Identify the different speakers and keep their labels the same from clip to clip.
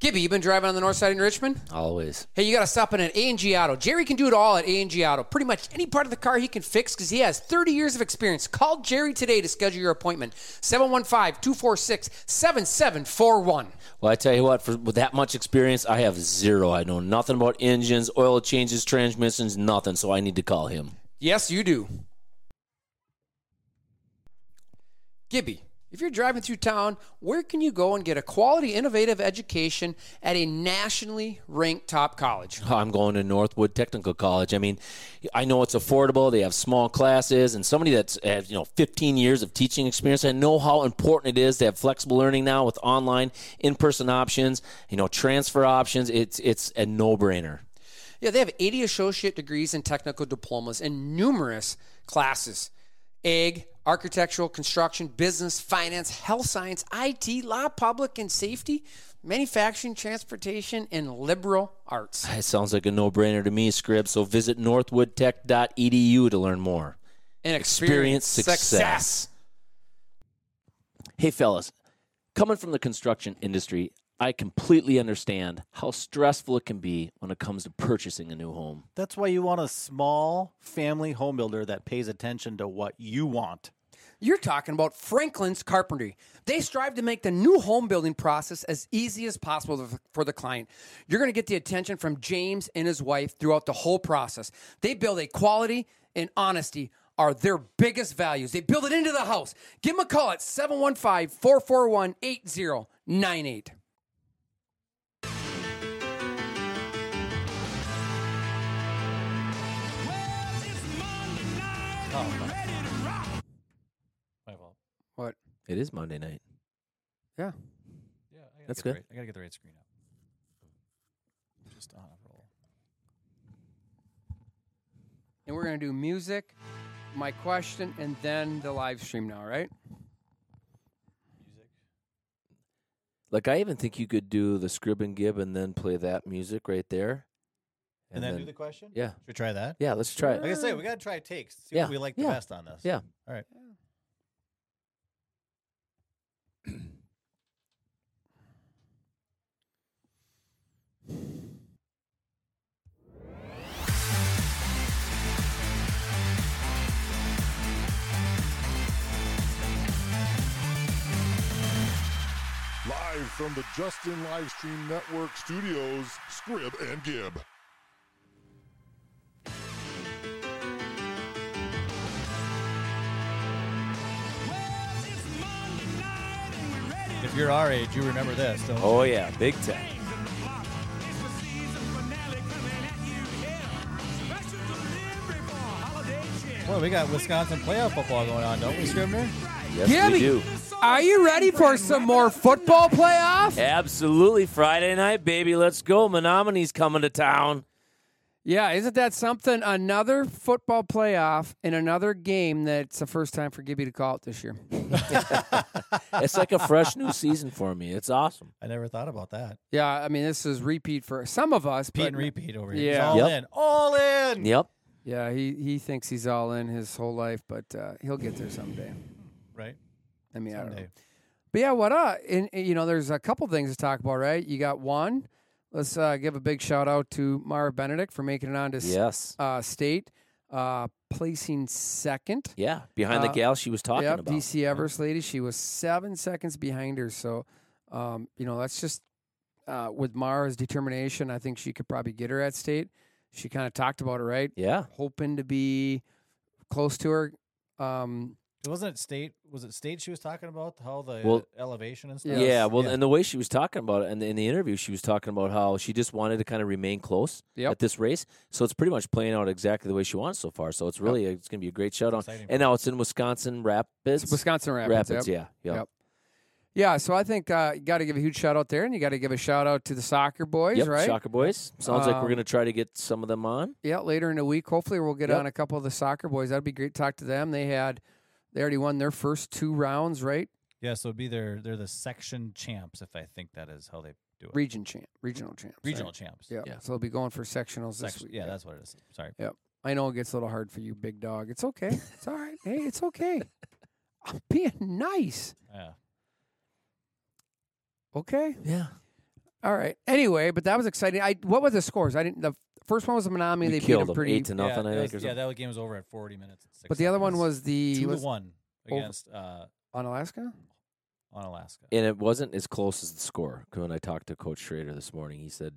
Speaker 1: baby, you've been driving on the north side in Richmond?
Speaker 2: Always.
Speaker 1: Hey, you got to stop in at A&G Auto. Jerry can do it all at A&G Auto. Pretty much any part of the car he can fix because he has 30 years of experience. Call Jerry today to schedule your appointment. 715-246-7741.
Speaker 2: Well, I tell you what, for with that much experience, I have zero. I know nothing about engines, oil changes, transmissions, nothing. So I need to call him.
Speaker 1: Yes, you do. Gibby, if you're driving through town, where can you go and get a quality, innovative education at a nationally ranked top college?
Speaker 2: I'm going to Northwood Technical College. I mean, I know it's affordable. They have small classes, and somebody that's has you know 15 years of teaching experience. I know how important it is to have flexible learning now with online, in-person options. You know, transfer options. It's it's a no-brainer.
Speaker 1: Yeah, they have 80 associate degrees and technical diplomas and numerous classes. Ag, architectural, construction, business, finance, health science, IT, law, public and safety, manufacturing, transportation, and liberal arts.
Speaker 2: It sounds like a no-brainer to me, Scrib. So visit northwoodtech.edu to learn more.
Speaker 1: And
Speaker 2: Experience
Speaker 1: experience,
Speaker 2: success.
Speaker 1: success.
Speaker 2: Hey, fellas, coming from the construction industry, I completely understand how stressful it can be when it comes to purchasing a new home.
Speaker 3: That's why you want a small family home builder that pays attention to what you want.
Speaker 1: You're talking about Franklin's Carpentry. They strive to make the new home building process as easy as possible th- for the client. You're going to get the attention from James and his wife throughout the whole process. They build a quality and honesty are their biggest values. They build it into the house. Give them a call at 715 441 8098.
Speaker 4: My fault.
Speaker 1: What?
Speaker 2: It is Monday night.
Speaker 1: Yeah.
Speaker 4: Yeah, I gotta
Speaker 2: That's
Speaker 4: get the
Speaker 2: good.
Speaker 4: right- I gotta get the right screen up. Just on a roll.
Speaker 1: And we're going to do music, my question, and then the live stream now, right?
Speaker 2: Like, I even think you could do the Scrib and Gib and then play that music right there.
Speaker 3: And then do the question?
Speaker 2: Yeah.
Speaker 3: Should we try that?
Speaker 2: Yeah, let's try
Speaker 3: Like I
Speaker 2: it.
Speaker 3: say, we got to try takes. See
Speaker 2: Yeah,
Speaker 3: what we like the
Speaker 2: yeah,
Speaker 3: best on this.
Speaker 2: Yeah.
Speaker 3: All right.
Speaker 5: Live from the Justin Livestream Network studios, Scrib and Gib.
Speaker 3: If you're our age, you remember this. Don't you?
Speaker 2: Oh, yeah. Big time.
Speaker 3: Well, we got Wisconsin playoff football going on, don't we, Scribner?
Speaker 2: Yes,
Speaker 1: Gibby,
Speaker 2: we do.
Speaker 1: Are you ready for some more football playoff?
Speaker 2: Absolutely. Friday night, baby. Let's go. Menominee's coming to town.
Speaker 1: Yeah, isn't that something? Another football playoff in another game that's the first time for Gibby to call it this year.
Speaker 2: It's like a fresh new season for me. It's awesome.
Speaker 3: I never thought about that.
Speaker 1: Yeah, I mean, this is repeat for some of us.
Speaker 3: Pete
Speaker 1: but-
Speaker 3: and repeat over here. He's
Speaker 1: Yeah.
Speaker 3: all
Speaker 2: Yep.
Speaker 3: in. All in.
Speaker 2: Yep.
Speaker 1: Yeah, he, he thinks he's all in his whole life, but uh, he'll get there someday.
Speaker 3: Right.
Speaker 1: I mean, I don't know.
Speaker 3: Someday.
Speaker 1: But yeah, what up? And, and, you know, there's a couple things to talk about, right? You got one. Let's uh, give a big shout out to Mara Benedict for making it on to s-
Speaker 2: Yes.
Speaker 1: uh, state, uh, placing second.
Speaker 2: Yeah. Behind the
Speaker 1: Uh,
Speaker 2: gal she was talking
Speaker 1: yep,
Speaker 2: about.
Speaker 1: DC Everest lady. She was seven seconds behind her. So, um, you know, that's just uh, with Mara's determination. I think she could probably get her at state. She kind of talked about it, right?
Speaker 2: Yeah.
Speaker 1: Hoping to be close to her. Um,
Speaker 3: Wasn't it state? Was it state she was talking about? How the
Speaker 2: Well-
Speaker 3: elevation and stuff?
Speaker 1: Yes.
Speaker 2: Yeah, well, and the way she was talking about it, and in the interview, she was talking about how she just wanted to kind of remain close
Speaker 1: Yep.
Speaker 2: at this race. So it's pretty much playing out exactly the way she wants so far. So it's really it's going to be a great shout out.
Speaker 3: Exciting.
Speaker 2: And now it's in Wisconsin Rapids.
Speaker 1: Wisconsin Rapids.
Speaker 2: Rapids,
Speaker 1: yep.
Speaker 2: yeah, yeah.
Speaker 1: Yep. Yeah, so I think uh, you got to give a huge shout out there, and you got to give a shout out to the soccer boys,
Speaker 2: Yep,
Speaker 1: right?
Speaker 2: Soccer Boys. Sounds like we're
Speaker 1: Um,
Speaker 2: going to try to get some of them on.
Speaker 1: Yeah, later in the week, hopefully we'll get
Speaker 2: Yep.
Speaker 1: on a couple of the soccer boys. That'd be great to talk to them. They had, they already won their first two rounds, right?
Speaker 3: Yeah, so it'd be their they're the section champs, if I think that is how they do it.
Speaker 1: Region champ, regional champs. right?
Speaker 3: Regional champs.
Speaker 1: Yeah.
Speaker 2: Yeah.
Speaker 1: So they'll be going for sectionals this
Speaker 3: Section,
Speaker 1: week.
Speaker 3: yeah, that's what it is. Sorry.
Speaker 1: Yep. I know it gets a little hard for you, big dog. It's okay. It's all right. Hey, it's okay. I'm being nice.
Speaker 3: Yeah.
Speaker 1: Okay.
Speaker 2: Yeah.
Speaker 1: All right. Anyway, but that was exciting. I what were the scores? I didn't. The first one was a Menominee.
Speaker 2: We
Speaker 1: They beat
Speaker 2: killed
Speaker 1: them
Speaker 2: them
Speaker 1: pretty.
Speaker 2: eight to nothing,
Speaker 4: yeah,
Speaker 2: I
Speaker 4: that
Speaker 2: think,
Speaker 4: was-
Speaker 2: or
Speaker 4: yeah,
Speaker 2: something.
Speaker 4: that game was over at 40 minutes. And six
Speaker 1: but the other one
Speaker 4: seconds.
Speaker 1: was the
Speaker 4: two
Speaker 1: was
Speaker 4: to one
Speaker 1: over-
Speaker 4: against uh,
Speaker 1: on Alaska.
Speaker 4: on Alaska.
Speaker 2: and it wasn't as close as the score. 'Cause When I talked to Coach Schrader this morning, he said,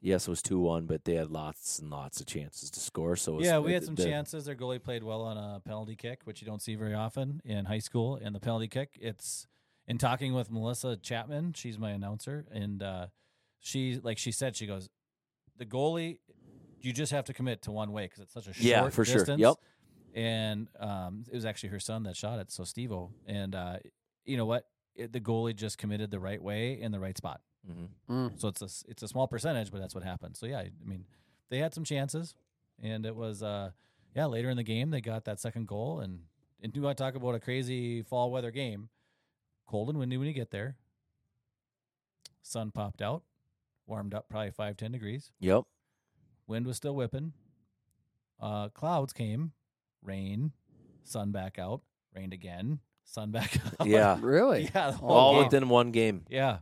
Speaker 2: "Yes, it was two one, but they had lots and lots of chances to score." So it was,
Speaker 4: yeah, we had
Speaker 2: the-
Speaker 4: some
Speaker 2: the-
Speaker 4: chances. Their goalie played well on a penalty kick, which you don't see very often in high school. And the penalty kick, it's in talking with Melissa Chapman. She's my announcer, and uh, she, like she said, she goes, the goalie, you just have to commit to one way because it's such a short
Speaker 2: Yeah, for sure.
Speaker 4: distance.
Speaker 2: Yep.
Speaker 4: And um, it was actually her son that shot it, so Stevo. And uh, you know what? It, the goalie just committed the right way in the right spot.
Speaker 2: Mhm.
Speaker 4: So it's a s- it's a small percentage, but that's what happened. So yeah, I mean, they had some chances, and it was uh yeah later in the game they got that second goal, and and do I talk about a crazy fall weather game? Cold and windy when you get there. Sun popped out, warmed up probably five ten degrees.
Speaker 2: Yep.
Speaker 4: Wind was still whipping. Uh, clouds came, rain, sun back out, rained again, sun back out.
Speaker 2: Yeah.
Speaker 1: Really? Oh,
Speaker 4: yeah, the whole
Speaker 2: All
Speaker 4: game.
Speaker 2: within one game.
Speaker 4: yeah,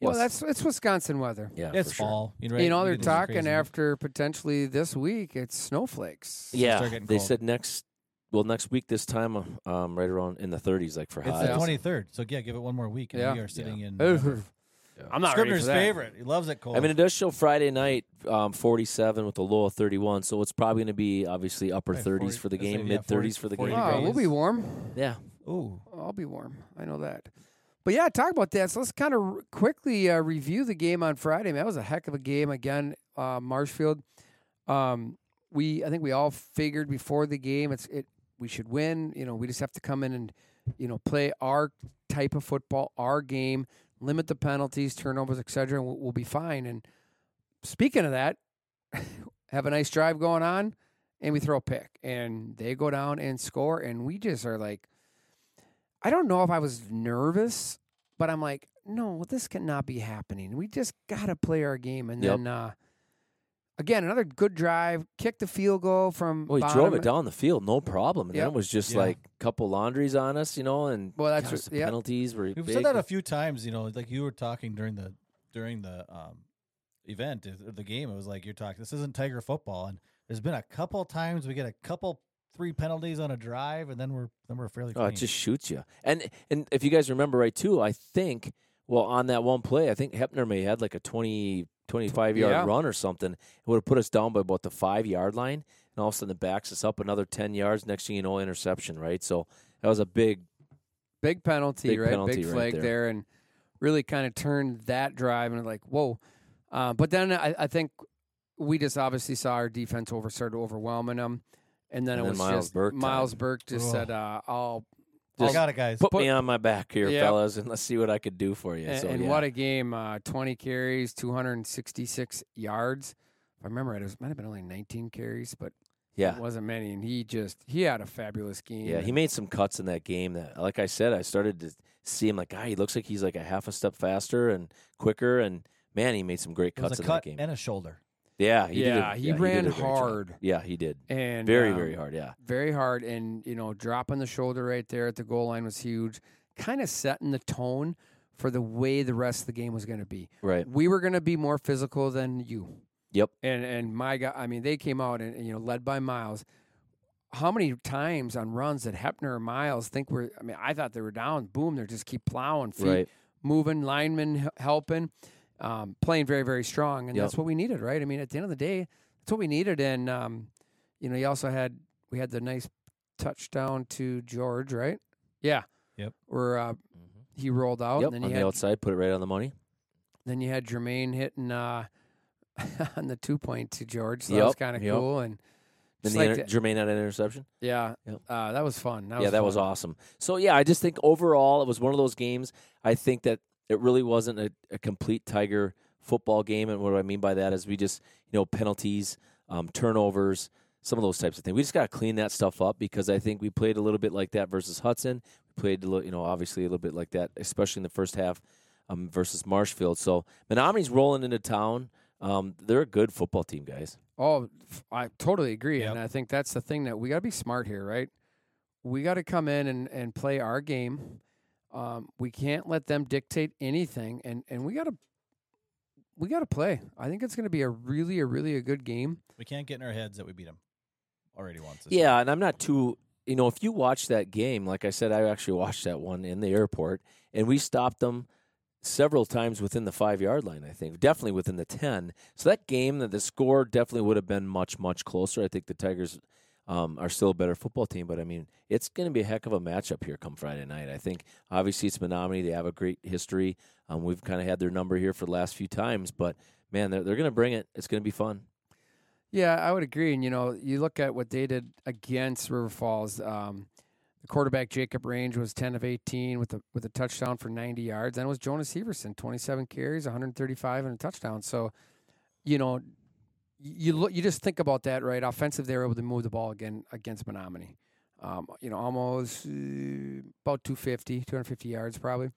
Speaker 1: Well,
Speaker 2: Yes.
Speaker 1: that's it's Wisconsin weather.
Speaker 2: Yeah,
Speaker 4: it's
Speaker 2: for sure.
Speaker 4: fall. You know,
Speaker 1: You know
Speaker 4: you
Speaker 1: they're
Speaker 4: can do some
Speaker 1: talking
Speaker 4: crazy-
Speaker 1: after potentially this week. It's snowflakes.
Speaker 2: Yeah,
Speaker 4: start getting
Speaker 2: they
Speaker 4: cold.
Speaker 2: said next. Well, next week this time, uh, um, right around in the 30s, like for
Speaker 4: It's
Speaker 2: highs.
Speaker 4: the twenty third. So yeah, give it one more week, and
Speaker 1: Yeah.
Speaker 4: we are sitting in.
Speaker 1: Oof.
Speaker 2: I'm not ready
Speaker 4: Scribner's
Speaker 2: for that.
Speaker 4: favorite. He loves it cold.
Speaker 2: I mean, it does show Friday night, um, 47 with a low of 31. So it's probably going to be obviously upper
Speaker 4: Right,
Speaker 2: 30s
Speaker 4: 40
Speaker 2: for the
Speaker 4: I'd say,
Speaker 2: game,
Speaker 4: yeah,
Speaker 2: mid 30s
Speaker 4: 40
Speaker 2: for the
Speaker 4: 40
Speaker 2: game.
Speaker 1: Oh, we'll be warm.
Speaker 2: Yeah,
Speaker 4: ooh,
Speaker 1: I'll be warm. I know that. But yeah, talk about that. So let's kind of r- quickly uh, review the game on Friday. Man, that was a heck of a game again, uh, Marshfield. Um, we I think we all figured before the game it's it we should win. You know, we just have to come in and you know play our type of football, our game, limit the penalties, turnovers, etc., and we'll, we'll be fine. And speaking of that, have a nice drive going on, and we throw a pick, and they go down and score, and we just are like. I don't know if I was nervous, but I'm like, no, this cannot be happening. We just got to play our game. And
Speaker 2: Yep.
Speaker 1: then, uh, again, another good drive, kicked the field goal from.
Speaker 2: well, he
Speaker 1: Bonham.
Speaker 2: drove it down the field, no problem. And
Speaker 1: Yeah.
Speaker 2: then it was just
Speaker 4: Yeah.
Speaker 2: like a couple laundries on us, you know, and
Speaker 1: Well, that's
Speaker 2: gosh,
Speaker 1: what-
Speaker 2: the
Speaker 1: yeah.
Speaker 2: penalties were
Speaker 4: we've
Speaker 2: big.
Speaker 4: said that a few times. You know, like you were talking during the during the um, event or the game. It was like you're talking. This isn't Tiger football, and there's been a couple times we get a couple three penalties on a drive, and then we're then we're fairly.
Speaker 2: Oh,
Speaker 4: Clean.
Speaker 2: it just shoots you. And and if you guys remember right too, I think well on that one play, I think Hepner may had like a 20, 25 yard
Speaker 1: Yeah.
Speaker 2: run or something. It would have put us down by about the five yard line, and all of a sudden it backs us up another ten yards. Next thing you know, interception. Right, so that was a big.
Speaker 1: Big penalty,
Speaker 2: Big
Speaker 1: right?
Speaker 2: penalty
Speaker 1: big
Speaker 2: right
Speaker 1: flag
Speaker 2: there.
Speaker 1: there. And really kind of turned that drive and like, whoa. Uh, but then I, I think we just obviously saw our defense over started overwhelming them. And then
Speaker 2: And
Speaker 1: it
Speaker 2: then
Speaker 1: was
Speaker 2: Miles
Speaker 1: just
Speaker 2: Burke time.
Speaker 1: Miles Burke just
Speaker 4: Oh.
Speaker 1: said, uh, "I'll
Speaker 4: I got it, guys.
Speaker 2: Put, me on my back here,
Speaker 1: Yeah.
Speaker 2: fellas, and let's see what I could do for you.
Speaker 1: And,
Speaker 2: so
Speaker 1: and
Speaker 2: yeah.
Speaker 1: what a game! Uh, Twenty carries, two hundred and sixty-six yards. If I remember right, it was, might have been only nineteen carries, but
Speaker 2: yeah.
Speaker 1: it wasn't many. And he just he had a fabulous game.
Speaker 2: Yeah, he
Speaker 1: And
Speaker 2: made some cuts in that game that, like I said, I started to see him like, ah, he looks like he's like a half a step faster and quicker, and man, he made some great
Speaker 4: It was
Speaker 2: cuts
Speaker 4: a
Speaker 2: in
Speaker 4: cut
Speaker 2: that game.
Speaker 4: and a shoulder.
Speaker 2: Yeah, he did.
Speaker 1: Yeah,
Speaker 2: A,
Speaker 1: he
Speaker 2: yeah, did
Speaker 1: ran
Speaker 2: a great job.
Speaker 1: hard.
Speaker 2: Yeah, he did.
Speaker 1: and,
Speaker 2: Very,
Speaker 1: um,
Speaker 2: very hard. Yeah,
Speaker 1: very hard. And you know, dropping the shoulder right there at the goal line was huge. Kind of setting the tone for the way the rest of the game was going to be.
Speaker 2: right.
Speaker 1: We were going to be more physical than you.
Speaker 2: Yep.
Speaker 1: And and my guy, I mean, they came out and, and, you know led by Miles. How many times on runs did Hepner and Miles think we're? I mean, I thought they were down. Boom, they're just keep plowing, feet
Speaker 2: Right.
Speaker 1: moving, linemen h- helping, um, playing very very strong, and
Speaker 2: Yep.
Speaker 1: that's what we needed, right? I mean, at the end of the day, that's what we needed. And um, you know, you also had we had the nice touchdown to George, right? Yeah.
Speaker 4: Yep.
Speaker 1: Where uh, he rolled out,
Speaker 2: Mm-hmm. Yep.
Speaker 1: and
Speaker 2: On
Speaker 1: then you
Speaker 2: the
Speaker 1: had
Speaker 2: outside, put it right on the money.
Speaker 1: then you had Jermaine hitting uh, on the two point to George. So that was
Speaker 2: Yep,
Speaker 1: kind of
Speaker 2: yep.
Speaker 1: cool. And
Speaker 2: Then
Speaker 1: just
Speaker 2: the
Speaker 1: like
Speaker 2: inter-
Speaker 1: that-
Speaker 2: Jermaine had an interception.
Speaker 1: yeah,
Speaker 2: Yep.
Speaker 1: uh, that was fun. That
Speaker 2: yeah,
Speaker 1: was
Speaker 2: that
Speaker 1: fun.
Speaker 2: was awesome. So yeah, I just think overall it was one of those games. I think that it really wasn't a, a complete Tiger football game, and what do I mean by that is we just you know penalties, um, turnovers, some of those types of things. We just got to clean that stuff up because I think we played a little bit like that versus Hudson. We played a little, you know, obviously a little bit like that, especially in the first half um, versus Marshfield. So Menominee's rolling into town. Um, they're a good football team, guys.
Speaker 1: Oh, f- I totally agree,
Speaker 4: Yep.
Speaker 1: and I think that's the thing that we got to be smart here, right? We got to come in and, and play our game. Um, we can't let them dictate anything, and and we got to got to play. I think it's going to be a really, a really a good game.
Speaker 4: We can't get in our heads that we beat them already once. this year.
Speaker 2: Yeah, and I'm not too. You know, if you watch that game, like I said, I actually watched that one in the airport, and we stopped them several times within the five yard line. I think definitely within the ten. So that game, that the score definitely would have been much much closer. I think the Tigers um, are still a better football team, but I mean, it's going to be a heck of a matchup here come Friday night. I think obviously it's Menominee; they have a great history. Um, we've kind of had their number here for the last few times, but man, they're, they're going to bring it. It's going to be fun.
Speaker 1: Yeah, I would agree. And you know, you look at what they did against River Falls. Um, the quarterback Jacob Range was ten of eighteen with a with a touchdown for ninety yards. Then it was Jonas Heverson, twenty seven carries, one hundred thirty five, and a touchdown. So, you know, y- you look, you just think about that, right? Offensive, they were able to move the ball again against Menominee. Um, you know, almost uh, about 250, 250 yards probably.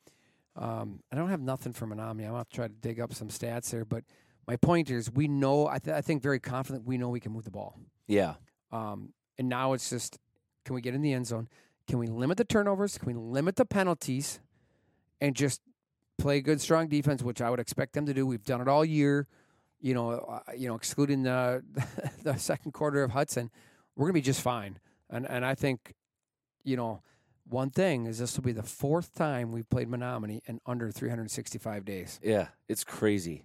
Speaker 1: Um, I don't have nothing for Menominee. I'm gonna have to try to dig up some stats there, but my point is, we know. I, th- I think very confident we know we can move the ball.
Speaker 2: Yeah,
Speaker 1: Um, and now it's just, can we get in the end zone? Can we limit the turnovers? Can we limit the penalties? And just play good, strong defense, which I would expect them to do. We've done it all year. You know, uh, you know, excluding the the second quarter of Hudson, we're gonna be just fine. And and I think, you know, one thing is this will be the fourth time we've played Menominee in under 365 days.
Speaker 2: yeah, it's crazy.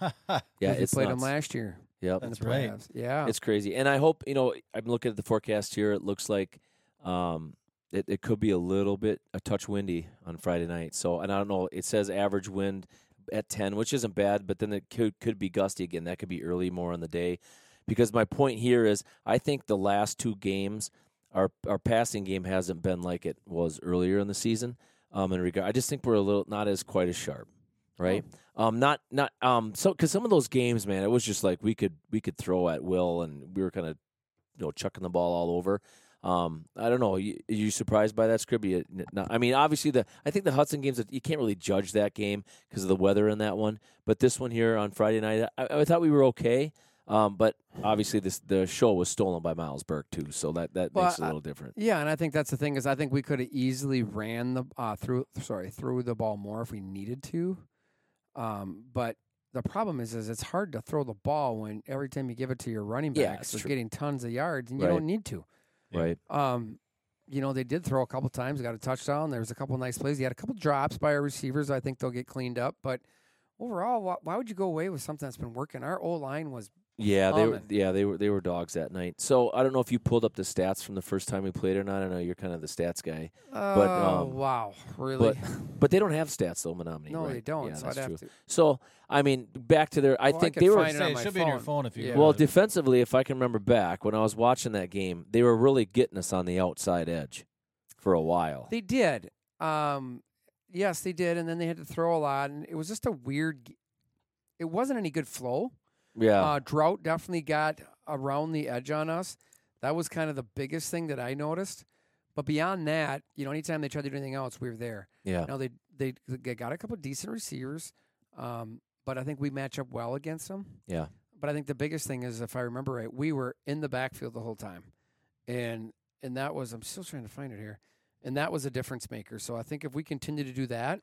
Speaker 2: Yeah,
Speaker 1: we
Speaker 2: it's
Speaker 1: played
Speaker 2: nuts.
Speaker 1: them last year
Speaker 2: Yep.
Speaker 1: in
Speaker 4: That's
Speaker 1: the
Speaker 4: right.
Speaker 1: playoffs. Yeah,
Speaker 2: It's crazy. And I hope, you know, I'm looking at the forecast here. It looks like um, it, it could be a little bit, a touch windy on Friday night. So, and I don't know, it says average wind at 10, which isn't bad, but then it could, could be gusty again. That could be early more in the day. Because my point here is I think the last two games, our, our passing game hasn't been like it was earlier in the season. Um, in regard, I just think we're a little not as quite as sharp right?
Speaker 1: Oh.
Speaker 2: Um, not not um, so because some of those games, man, it was just like we could we could throw at will, and we were kind of you know chucking the ball all over. Um, I don't know. You, are you surprised by that script? You, n- not- I mean, obviously the I think the Hudson games you can't really judge that game because of the weather in that one, but this one here on Friday night, I, I thought we were okay. Um, but obviously this the show was stolen by Miles Burke too, so that that
Speaker 1: Well,
Speaker 2: makes it a
Speaker 1: I-
Speaker 2: little different.
Speaker 1: Yeah, and I think that's the thing is I think we could have easily ran the uh, through sorry threw the ball more if we needed to, um, but the problem is is it's hard to throw the ball when every time you give it to your running
Speaker 2: Yeah,
Speaker 1: backs
Speaker 2: it's
Speaker 1: they're
Speaker 2: true.
Speaker 1: getting tons of yards and you
Speaker 2: Right.
Speaker 1: don't need to.
Speaker 2: Right?
Speaker 1: Um, you know they did throw a couple times, got a touchdown. There was a couple nice plays. He had a couple drops by our receivers. I think they'll get cleaned up, but overall, why, why would you go away with something that's been working? Our O line was
Speaker 2: Yeah, they were,
Speaker 1: Common.
Speaker 2: yeah they were they were dogs that night. So I don't know if you pulled up the stats from the first time we played or not. I know you're kind of the stats guy,
Speaker 1: oh
Speaker 2: um,
Speaker 1: wow really
Speaker 2: but they don't have stats though, Menominee.
Speaker 1: no
Speaker 2: right?
Speaker 1: they don't.
Speaker 2: Yeah,
Speaker 1: so I'd
Speaker 2: that's
Speaker 1: have
Speaker 2: true.
Speaker 1: to.
Speaker 2: So I mean, back to their. I
Speaker 1: Well, I
Speaker 2: think
Speaker 1: could
Speaker 2: they were
Speaker 1: find it on
Speaker 4: Say, it
Speaker 1: my
Speaker 4: should be in your
Speaker 1: phone.
Speaker 4: phone if you.
Speaker 1: Yeah.
Speaker 4: go
Speaker 2: well
Speaker 4: to the-
Speaker 2: defensively. If I can remember back when I was watching that game, they were really getting us on the outside edge for a while.
Speaker 1: They did. Um, yes, they did. And then they had to throw a lot, and it was just a weird. g- It wasn't any good flow.
Speaker 2: yeah,
Speaker 1: Uh, drought definitely got around the edge on us. That was kind of the biggest thing that I noticed. But beyond that, you know, anytime they tried to do anything else, we were there.
Speaker 2: yeah,
Speaker 1: Now they they they got a couple of decent receivers, um, but I think we match up well against them.
Speaker 2: yeah,
Speaker 1: But I think the biggest thing is, if I remember right, we were in the backfield the whole time, and and that was I'm still trying to find it here, and that was a difference maker. So I think if we continue to do that,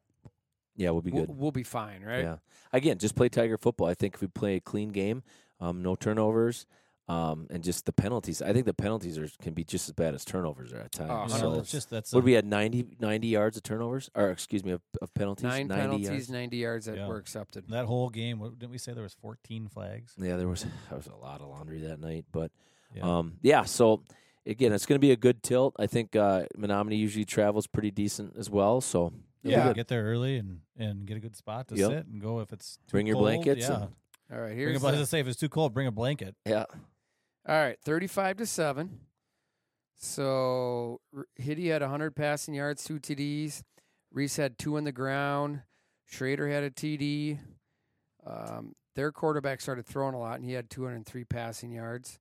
Speaker 2: yeah. We'll be
Speaker 1: we'll,
Speaker 2: good.
Speaker 1: we'll be fine, right?
Speaker 2: Yeah. Again, just play Tiger football. I think if we play a clean game, um, no turnovers, um, and just the penalties. I think the penalties are can be just as bad as turnovers are at times.
Speaker 1: Oh,
Speaker 4: You know,
Speaker 2: so
Speaker 4: it's just that's
Speaker 2: would we had 90, 90 yards of turnovers, or excuse me, of, of penalties?
Speaker 1: Nine
Speaker 2: 90
Speaker 1: penalties,
Speaker 2: yards?
Speaker 1: 90 yards that
Speaker 4: Yeah.
Speaker 1: were accepted.
Speaker 4: that whole game. What, didn't we say there was 14 flags?
Speaker 2: Yeah, there was there was a lot of laundry that night, but
Speaker 4: Yeah.
Speaker 2: um, yeah. So again, it's going to be a good tilt. I think uh, Menominee usually travels pretty decent as well. So it'll be
Speaker 1: Yeah.
Speaker 2: good.
Speaker 4: get there early and, and get a good spot to
Speaker 2: Yep.
Speaker 4: sit and go if it's too
Speaker 2: Bring your
Speaker 4: cold,
Speaker 2: blankets
Speaker 4: Yeah,
Speaker 2: and-
Speaker 1: All right,
Speaker 4: bring a
Speaker 1: here's
Speaker 4: blanket.
Speaker 1: the-
Speaker 4: Say if it's too cold, bring a blanket.
Speaker 2: yeah.
Speaker 1: all right, 35 to seven. So R- Hitty had 100 passing yards, two TDs. Reese had two on the ground. Schrader had a TD. Um, their quarterback started throwing a lot, and he had 203 passing yards.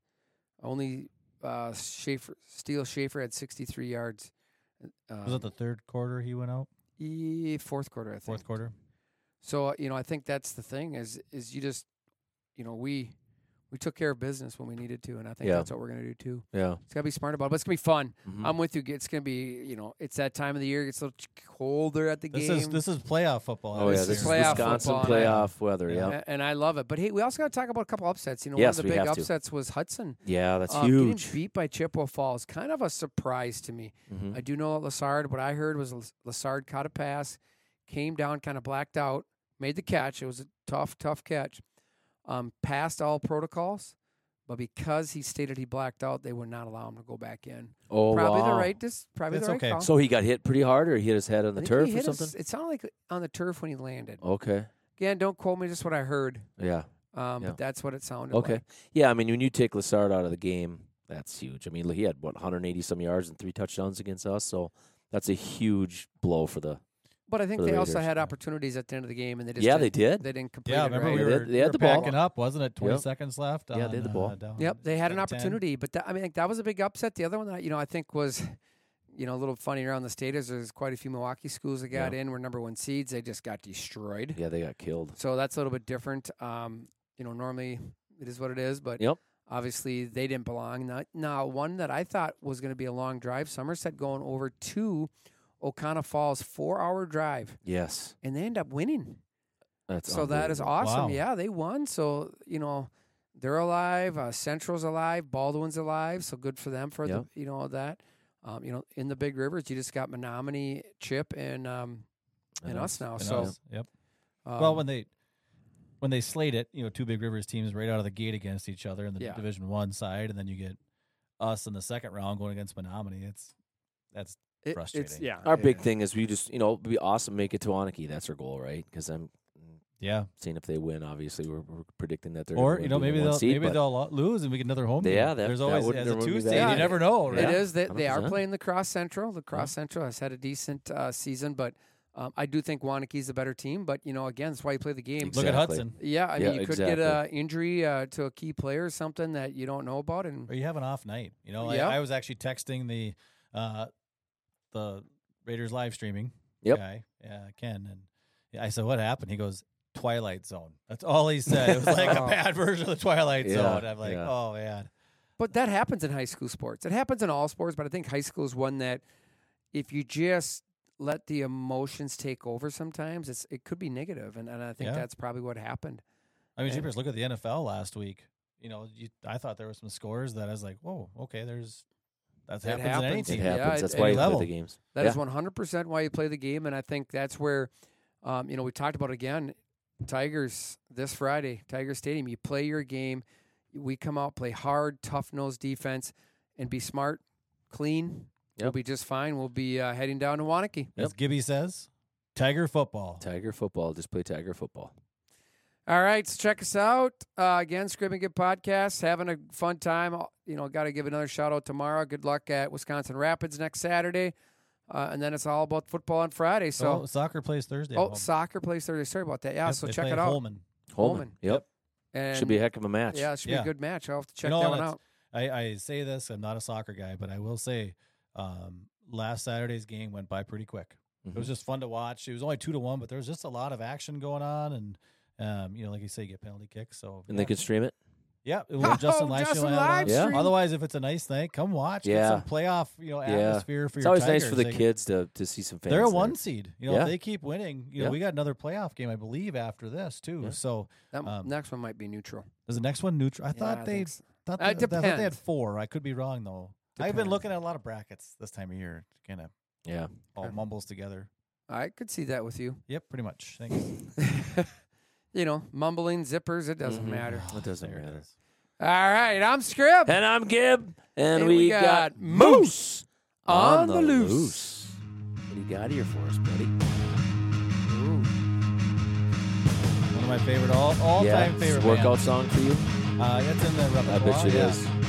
Speaker 1: Only uh, Schaefer, Steele Schaefer had 63 yards. Um,
Speaker 4: Was it the third quarter he went out?
Speaker 1: e- fourth quarter? I think. uh,
Speaker 4: Fourth quarter.
Speaker 1: So you know, I think that's the thing is is you just you know we we we took care of business when we needed to, and I think
Speaker 2: Yeah.
Speaker 1: that's what we're gonna do too.
Speaker 2: Yeah. Mm-hmm.
Speaker 1: It's gotta be smart about it, but it's gonna be fun.
Speaker 2: Hmm.
Speaker 1: I'm with you. It's gonna be, you know, it's that time of the year. It gets a little colder at the
Speaker 4: This
Speaker 1: game.
Speaker 4: is this is playoff football.
Speaker 2: Oh yeah,
Speaker 1: is
Speaker 2: this is
Speaker 1: playoff
Speaker 2: Wisconsin
Speaker 1: football, and I-
Speaker 2: playoff weather. Yeah. Yeah,
Speaker 1: A- and I love it. But hey, we also got to talk about a couple upsets. You know,
Speaker 2: Yes,
Speaker 1: one
Speaker 2: we
Speaker 1: of the
Speaker 2: have
Speaker 1: big
Speaker 2: to.
Speaker 1: upsets was Hudson.
Speaker 2: that's
Speaker 1: Um,
Speaker 2: huge.
Speaker 1: Getting beat by Chippewa Falls, kind of a surprise to me.
Speaker 2: Hmm.
Speaker 1: I do know that Lassard. What I heard was Las- Lassard caught a pass, came down, kind of blacked out, made the catch. It was a tough, tough catch. Um, passed all protocols, but because he stated he blacked out, they would not allow him to go back in.
Speaker 2: Oh
Speaker 1: probably the
Speaker 2: wow.
Speaker 1: right. This probably
Speaker 4: That's
Speaker 1: the right
Speaker 4: okay.
Speaker 1: call.
Speaker 2: So he got hit pretty hard, or he hit his head on
Speaker 1: I
Speaker 2: the
Speaker 1: think he
Speaker 2: turf or
Speaker 1: hit his-
Speaker 2: something.
Speaker 1: it sounded like on the turf when he landed.
Speaker 2: Okay.
Speaker 1: Again, don't quote me. Just what I heard.
Speaker 2: Yeah.
Speaker 1: Um,
Speaker 2: Yeah.
Speaker 1: But that's what it sounded
Speaker 2: Okay.
Speaker 1: like.
Speaker 2: Yeah. I mean, when you take Lassard out of the game, that's huge. I mean, he had what 180 some yards and three touchdowns against us, so that's a huge blow for the.
Speaker 1: But I think
Speaker 2: For the
Speaker 1: they also
Speaker 2: Raiders,
Speaker 1: had
Speaker 2: yeah.
Speaker 1: opportunities at the end of the game, and they just
Speaker 2: Yeah,
Speaker 1: didn't,
Speaker 2: they did.
Speaker 1: They didn't complete
Speaker 4: Yeah,
Speaker 1: it.
Speaker 4: remember
Speaker 1: right?
Speaker 4: we
Speaker 2: They-
Speaker 4: were,
Speaker 2: they
Speaker 4: we
Speaker 2: had
Speaker 4: were
Speaker 2: the ball.
Speaker 4: backing up, wasn't it? Twenty
Speaker 2: Yep.
Speaker 4: seconds left.
Speaker 2: Yeah, they had the
Speaker 4: on,
Speaker 2: ball.
Speaker 4: Uh, down
Speaker 1: Yep, they had an
Speaker 4: 10.
Speaker 1: opportunity, but that, I mean, like, that was a big upset. The other one that you know I think was, you know, a little funny around the state is there's quite a few Milwaukee schools that got in were number one seeds. They just got destroyed.
Speaker 2: Yeah, they got killed.
Speaker 1: So that's a little bit different. Um, you know, normally it is what it is, but
Speaker 2: Yep.
Speaker 1: obviously they didn't belong. Now, now, one that I thought was going to be a long drive, Somerset going over to O'Connor Falls, four hour drive,
Speaker 2: Yes.
Speaker 1: and they end up winning.
Speaker 2: That's
Speaker 1: so that is
Speaker 2: unbelievable.
Speaker 1: awesome.
Speaker 4: Wow.
Speaker 1: Yeah, they won. So you know, they're alive. Uh, Central's alive. Baldwin's alive. So good for them for
Speaker 2: Yeah.
Speaker 1: the you know that. Um, you know, in the Big Rivers, you just got Menominee, Chip, and um, and,
Speaker 2: And
Speaker 1: us
Speaker 2: us.
Speaker 1: now.
Speaker 4: And
Speaker 1: so
Speaker 4: us, Yep.
Speaker 1: um,
Speaker 4: well, when they when they slate it, you know, two big rivers teams right out of the gate against each other in the
Speaker 1: Yeah.
Speaker 4: Division One side, and then you get us in the second round going against Menominee. It's that's
Speaker 1: it- It's,
Speaker 4: frustrating.
Speaker 1: yeah,
Speaker 2: Our big
Speaker 1: yeah.
Speaker 2: thing is we just you know it'd be awesome to make it to Anarchy. That's our goal, right? Because I'm
Speaker 4: yeah,
Speaker 2: seeing if they win. Obviously, we're, we're predicting that they're gonna
Speaker 4: or
Speaker 2: win,
Speaker 4: you know
Speaker 2: be the
Speaker 4: maybe
Speaker 2: one
Speaker 4: they'll
Speaker 2: seed,
Speaker 4: maybe
Speaker 2: but-
Speaker 4: they'll lo- lose and we get another home. game.
Speaker 2: Yeah, that-
Speaker 4: there's
Speaker 2: that
Speaker 4: always
Speaker 2: would-
Speaker 4: as
Speaker 2: there
Speaker 4: a
Speaker 2: would be
Speaker 4: Tuesday.
Speaker 1: that.
Speaker 4: You never know,
Speaker 1: It
Speaker 4: right?
Speaker 1: is that they are
Speaker 2: 100%.
Speaker 1: playing the Cross Central. The Cross Central has had a decent uh, season, but um, I do think Wanakee's a better team. But you know, again, that's why you play the game.
Speaker 4: Look at
Speaker 2: Exactly.
Speaker 4: Hudson.
Speaker 1: Yeah, I
Speaker 2: Yeah,
Speaker 1: mean, you could get an
Speaker 2: exactly.
Speaker 1: injury uh, to a key player or something that you don't know about, and
Speaker 4: Or you have an off night. You know,
Speaker 1: Yeah.
Speaker 4: I, I was actually texting the uh, the Raiders live streaming
Speaker 2: Yep.
Speaker 4: guy, uh, Ken, and I said, "What happened?" He goes, "Twilight Zone." That's all he said. It was like
Speaker 1: Oh.
Speaker 4: a bad version of the Twilight
Speaker 2: Yeah,
Speaker 4: Zone. I'm like,
Speaker 2: yeah.
Speaker 4: "Oh man."
Speaker 1: But that happens in high school sports. It happens in all sports, but I think high school is one that if you just let the emotions take over sometimes, it's it could be negative, and, and I think
Speaker 4: Yeah.
Speaker 1: that's probably what happened.
Speaker 4: I mean,
Speaker 1: Yeah.
Speaker 4: Jeepers, look at the NFL last week. You know, you, I thought there were some scores that I was like, "Whoa, okay." There's that
Speaker 1: It
Speaker 4: happens, in any
Speaker 1: happens.
Speaker 2: It
Speaker 4: team.
Speaker 1: Yeah, it-
Speaker 2: happens. that's
Speaker 1: it-
Speaker 2: why you
Speaker 4: level.
Speaker 2: play the games.
Speaker 1: That
Speaker 2: yeah.
Speaker 1: is 100% why you play the game, and I think that's where, um, you know, we talked about again, Tigers this Friday, Tiger Stadium. You play your game. We come out, play hard, tough nosed defense, and be smart, clean. We'll
Speaker 2: Yep.
Speaker 1: be just fine. We'll be uh, heading down to Wanakee.
Speaker 4: As Gibby says, "Tiger football."
Speaker 2: Tiger football. Just play Tiger football.
Speaker 1: All right, so check us out uh, again. Scrib and Get podcast, having a fun time. uh, You know, got to give another shout out tomorrow. Good luck at Wisconsin Rapids next Saturday, uh, and then it's all about football on Friday.
Speaker 2: Oh,
Speaker 4: So
Speaker 1: So,
Speaker 4: soccer plays Thursday. at
Speaker 1: oh,
Speaker 4: Holman.
Speaker 1: soccer plays Thursday. Sorry about that. Yeah,
Speaker 4: Yep,
Speaker 1: so
Speaker 4: they
Speaker 1: check
Speaker 4: play
Speaker 1: it
Speaker 4: at
Speaker 1: out.
Speaker 4: Holman.
Speaker 1: Holman.
Speaker 2: Yep.
Speaker 1: And
Speaker 2: Should be a heck of a match.
Speaker 1: yeah, it should
Speaker 4: Yeah.
Speaker 1: be a good match. I'll have to check
Speaker 4: You know,
Speaker 1: that one
Speaker 4: that's-
Speaker 1: out.
Speaker 4: I, I say this, I'm not a soccer guy, but I will say um, last Saturday's game went by pretty quick. It
Speaker 2: Mm-hmm.
Speaker 4: was just fun to watch. It was only two to one, but there was just a lot of action going on. And, um, you know, like you say, you get penalty kicks. So,
Speaker 2: And they
Speaker 4: yeah.
Speaker 2: could Oh, stream it.
Speaker 4: yeah, it was Justin Live.
Speaker 1: Justin live
Speaker 2: Yeah.
Speaker 1: stream.
Speaker 4: Otherwise, if it's a nice night, come watch. Get some
Speaker 2: Yeah.
Speaker 4: playoff, you know,
Speaker 2: Yeah.
Speaker 4: atmosphere for
Speaker 2: It's
Speaker 4: your
Speaker 2: always
Speaker 4: Tigers.
Speaker 2: nice for the
Speaker 4: They-
Speaker 2: kids to, to see some fans.
Speaker 4: They're a
Speaker 2: there.
Speaker 4: one seed. You know,
Speaker 2: Yeah.
Speaker 4: if they keep winning, you know,
Speaker 2: Yeah.
Speaker 4: we got another playoff game, I believe, after this too.
Speaker 2: Yeah.
Speaker 4: So
Speaker 1: That
Speaker 4: um,
Speaker 1: next one might be neutral.
Speaker 4: is the next one neutral? I
Speaker 1: Yeah,
Speaker 4: thought
Speaker 1: I
Speaker 4: they
Speaker 1: think so.
Speaker 4: Thought
Speaker 1: Uh,
Speaker 4: they,
Speaker 1: it
Speaker 4: I thought they had
Speaker 1: depends.
Speaker 4: four. I could be wrong though. I've been
Speaker 1: Depends.
Speaker 4: looking at a lot of brackets this time of year. Kind of
Speaker 2: Yeah.
Speaker 4: all
Speaker 1: Okay.
Speaker 4: mumbles together.
Speaker 1: I could see that with you.
Speaker 4: Yep, pretty much. Thanks.
Speaker 1: you know, mumbling zippers. It
Speaker 2: Mm-hmm.
Speaker 1: doesn't matter.
Speaker 2: It doesn't
Speaker 4: There it
Speaker 2: matter.
Speaker 4: is.
Speaker 1: All right, I'm Scrib.
Speaker 2: And I'm Gib. And
Speaker 1: And
Speaker 2: we,
Speaker 1: we
Speaker 2: got,
Speaker 1: got
Speaker 2: Moose
Speaker 1: on the loose.
Speaker 2: What do you got here for us, buddy?
Speaker 1: Ooh.
Speaker 4: One of my favorite all all
Speaker 2: yeah.
Speaker 4: time favorite
Speaker 2: workout
Speaker 4: bands.
Speaker 2: song for you?
Speaker 4: Uh, that's in the
Speaker 2: I
Speaker 4: repertoire.
Speaker 2: bet you it
Speaker 4: yeah.
Speaker 2: is.